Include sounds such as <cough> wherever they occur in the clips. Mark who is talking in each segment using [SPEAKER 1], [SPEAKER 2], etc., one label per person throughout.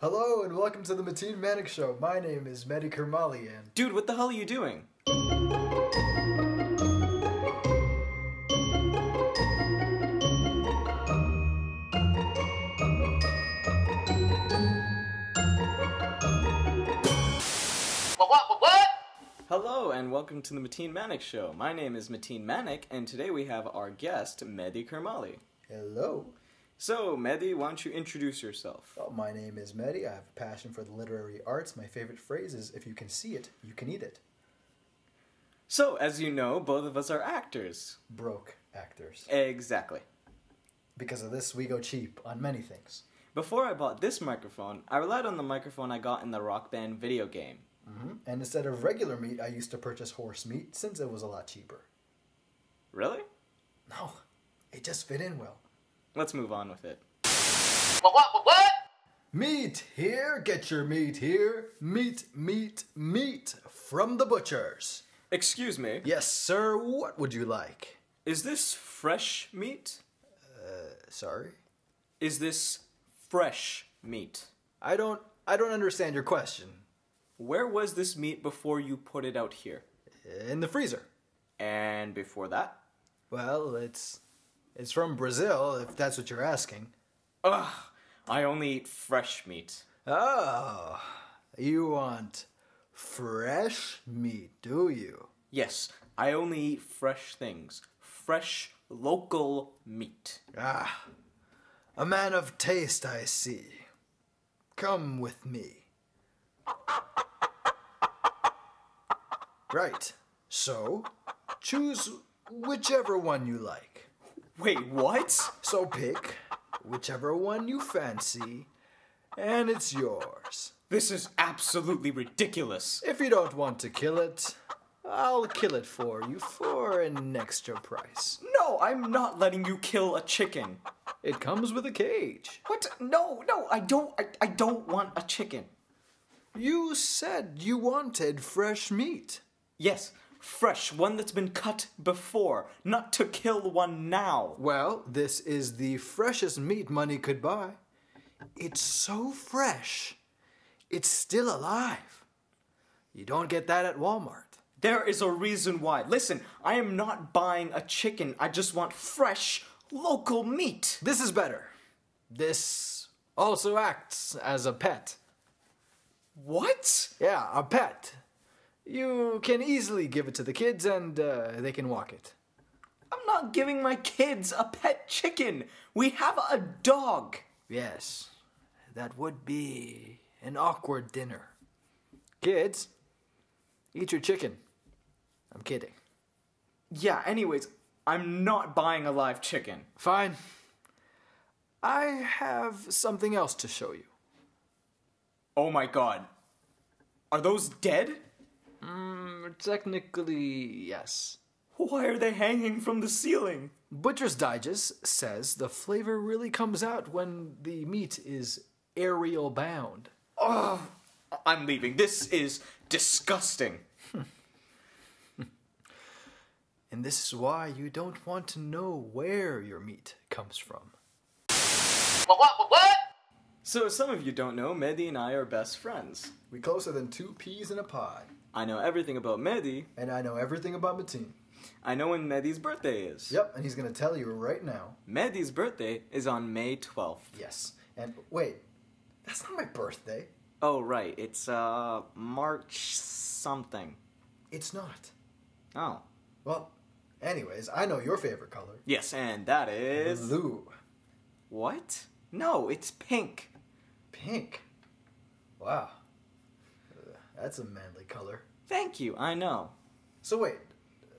[SPEAKER 1] Hello and welcome to the Mateen Manic Show. My name is Mehdi Kermali and
[SPEAKER 2] Dude, what the hell are you doing?
[SPEAKER 3] What, what, what, what?
[SPEAKER 2] Hello and welcome to the Mateen Manic Show. My name is Mateen Manic, and today we have our guest, Mehdi Kermali.
[SPEAKER 1] hello.
[SPEAKER 2] So, Mehdi, why don't you introduce yourself?
[SPEAKER 1] Well, Oh, my name is Mehdi. I have a passion for the literary arts. My favorite phrase is if you can see it, you can eat it.
[SPEAKER 2] So, as you know, both of us are actors.
[SPEAKER 1] Broke actors.
[SPEAKER 2] Exactly.
[SPEAKER 1] Because of this, we go cheap on many things.
[SPEAKER 2] Before I bought this microphone, I relied on the microphone I got in the Rock Band video game.
[SPEAKER 1] hmm And instead of regular meat, I used to purchase horse meat since it was a lot cheaper.
[SPEAKER 2] Really?
[SPEAKER 1] No, it just fit in well.
[SPEAKER 2] Let's move on with it.
[SPEAKER 3] What, what, what, what?
[SPEAKER 1] Meat here, get your meat here. Meat, meat, meat from the butchers.
[SPEAKER 2] Excuse me,
[SPEAKER 1] Yes, sir, what would you like?
[SPEAKER 2] is this fresh meat?
[SPEAKER 1] Uh, Sorry?
[SPEAKER 2] Is this fresh meat?
[SPEAKER 1] I don't I don't understand your question.
[SPEAKER 2] Where was this meat before you put it out here?
[SPEAKER 1] In the freezer.
[SPEAKER 2] And before that?
[SPEAKER 1] Well, it's it's from Brazil, if that's what you're asking.
[SPEAKER 2] Ugh, I only eat fresh meat.
[SPEAKER 1] Oh, you want fresh meat, do you?
[SPEAKER 2] Yes, I only eat fresh things. Fresh, local meat.
[SPEAKER 1] Ah, a man of taste, I see. Come with me. Right, so choose whichever one you like.
[SPEAKER 2] Wait, what?
[SPEAKER 1] So pick whichever one you fancy, and it's yours.
[SPEAKER 2] This is absolutely ridiculous.
[SPEAKER 1] If you don't want to kill it, I'll kill it for you for an extra price.
[SPEAKER 2] No, I'm not letting you kill a chicken.
[SPEAKER 1] It comes with a cage.
[SPEAKER 2] What? No, no, I don't. I, I don't want a chicken.
[SPEAKER 1] You said you wanted fresh meat.
[SPEAKER 2] Yes, fresh, one that's been cut before, not to kill one now.
[SPEAKER 1] Well, this is the freshest meat money could buy. It's so fresh, it's still alive. You don't get that at Walmart.
[SPEAKER 2] There is a reason why. Listen, I am not buying a chicken. I just want fresh, local meat.
[SPEAKER 1] This is better. This also acts as a pet.
[SPEAKER 2] What?
[SPEAKER 1] Yeah, a pet. You can easily give it to the kids and uh, they can walk it.
[SPEAKER 2] I'm not giving my kids a pet chicken. We have a dog.
[SPEAKER 1] Yes, that would be an awkward dinner. Kids, eat your chicken. I'm kidding.
[SPEAKER 2] Yeah, anyways, I'm not buying a live chicken.
[SPEAKER 1] Fine. I have something else to show you.
[SPEAKER 2] Oh my god. Are those dead?
[SPEAKER 1] Mm, Technically, yes.
[SPEAKER 2] Why are they hanging from the ceiling?
[SPEAKER 1] Butcher's Digest says the flavor really comes out when the meat is aerial bound.
[SPEAKER 2] I'm leaving. This is disgusting.
[SPEAKER 1] And this is why you don't want to know where your meat comes from.
[SPEAKER 3] What, what, what, what?
[SPEAKER 2] So, as some of you don't know, Mehdi and I are best friends.
[SPEAKER 1] We closer than two peas in a pod.
[SPEAKER 2] I know everything about Mehdi.
[SPEAKER 1] And I know everything about Mateen.
[SPEAKER 2] I know when Mehdi's birthday is.
[SPEAKER 1] Yep, and he's gonna tell you right now.
[SPEAKER 2] Mehdi's birthday is on May 12th.
[SPEAKER 1] Yes. And wait, that's not my birthday.
[SPEAKER 2] Oh, right. It's, uh, March something.
[SPEAKER 1] It's not.
[SPEAKER 2] Oh.
[SPEAKER 1] Well, anyways, I know your favorite color.
[SPEAKER 2] Yes, and that is.
[SPEAKER 1] Blue.
[SPEAKER 2] What? No, it's pink.
[SPEAKER 1] Pink. Wow. Uh, That's a manly color.
[SPEAKER 2] Thank you, I know.
[SPEAKER 1] So wait,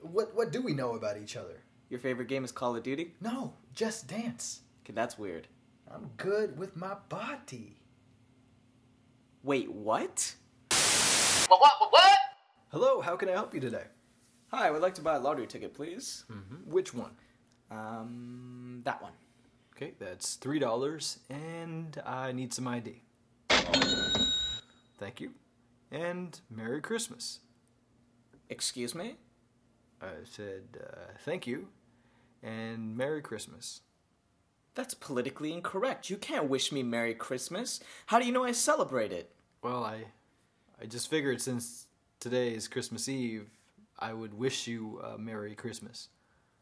[SPEAKER 1] what what do we know about each other?
[SPEAKER 2] Your favorite game is Call of Duty?
[SPEAKER 1] No, just dance.
[SPEAKER 2] Okay, that's weird.
[SPEAKER 1] I'm good with my body.
[SPEAKER 2] Wait, what?
[SPEAKER 3] What, what, what, what?
[SPEAKER 1] Hello, how can I help you today?
[SPEAKER 2] Hi, I would like to buy a lottery ticket, please.
[SPEAKER 1] Which one?
[SPEAKER 2] Um, that one.
[SPEAKER 1] Okay, that's three dollars, and I need some ID. Thank you, and Merry Christmas.
[SPEAKER 2] Excuse me?
[SPEAKER 1] I said uh, thank you, and Merry Christmas.
[SPEAKER 2] That's politically incorrect. You can't wish me Merry Christmas. How do you know I celebrate it?
[SPEAKER 1] Well, I, I just figured since today is Christmas Eve, I would wish you a Merry Christmas.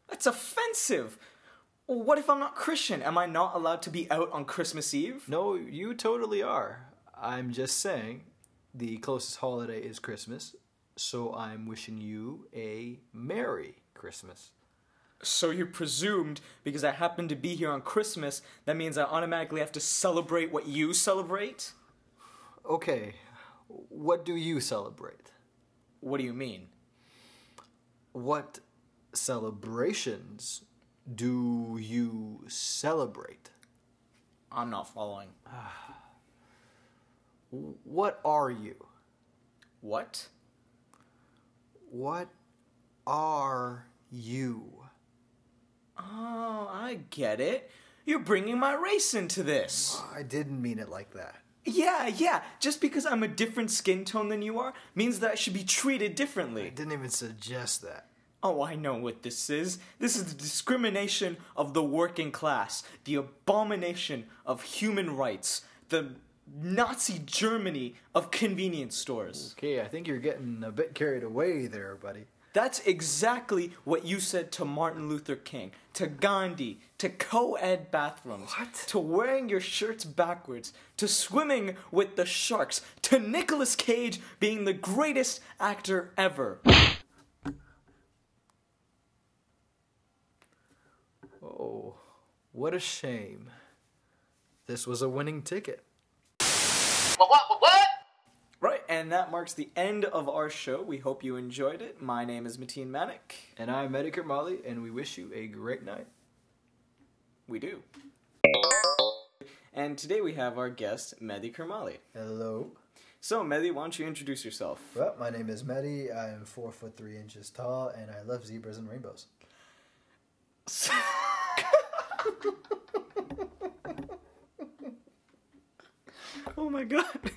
[SPEAKER 2] That's offensive. Well, what if I'm not Christian? Am I not allowed to be out on Christmas Eve?
[SPEAKER 1] No, you totally are. I'm just saying, the closest holiday is Christmas, so I'm wishing you a Merry Christmas.
[SPEAKER 2] So you presumed because I happen to be here on Christmas, that means I automatically have to celebrate what you celebrate?
[SPEAKER 1] Okay, what do you celebrate?
[SPEAKER 2] What do you mean?
[SPEAKER 1] What celebrations do you celebrate?
[SPEAKER 2] I'm not following.
[SPEAKER 1] What are you?
[SPEAKER 2] What?
[SPEAKER 1] What are you?
[SPEAKER 2] Oh, I get it. You're bringing my race into this.
[SPEAKER 1] I didn't mean it like that.
[SPEAKER 2] Yeah, yeah. Just because I'm a different skin tone than you are means that I should be treated differently.
[SPEAKER 1] I didn't even suggest that.
[SPEAKER 2] Oh, I know what this is. This is the discrimination of the working class, the abomination of human rights, the Nazi Germany of convenience stores.
[SPEAKER 1] Okay, I think you're getting a bit carried away there, buddy.
[SPEAKER 2] That's exactly what you said to Martin Luther King, to Gandhi, to co ed bathrooms,
[SPEAKER 1] What?
[SPEAKER 2] to wearing your shirts backwards, to swimming with the sharks, to Nicolas Cage being the greatest actor ever.
[SPEAKER 1] Oh, what a shame. This was a winning ticket.
[SPEAKER 3] What what what what?
[SPEAKER 2] Right, and that marks the end of our show. We hope you enjoyed it. My name is Mateen Manic.
[SPEAKER 1] And I'm Eddie Kermali, and we wish you a great night.
[SPEAKER 2] We do. And today we have our guest, Mehdi Kermali.
[SPEAKER 1] Hello.
[SPEAKER 2] So, Mehdi, why don't you introduce yourself?
[SPEAKER 1] Well, my name is Maddie. I am four foot three inches tall, and I love zebras and rainbows.
[SPEAKER 2] <laughs> oh my god.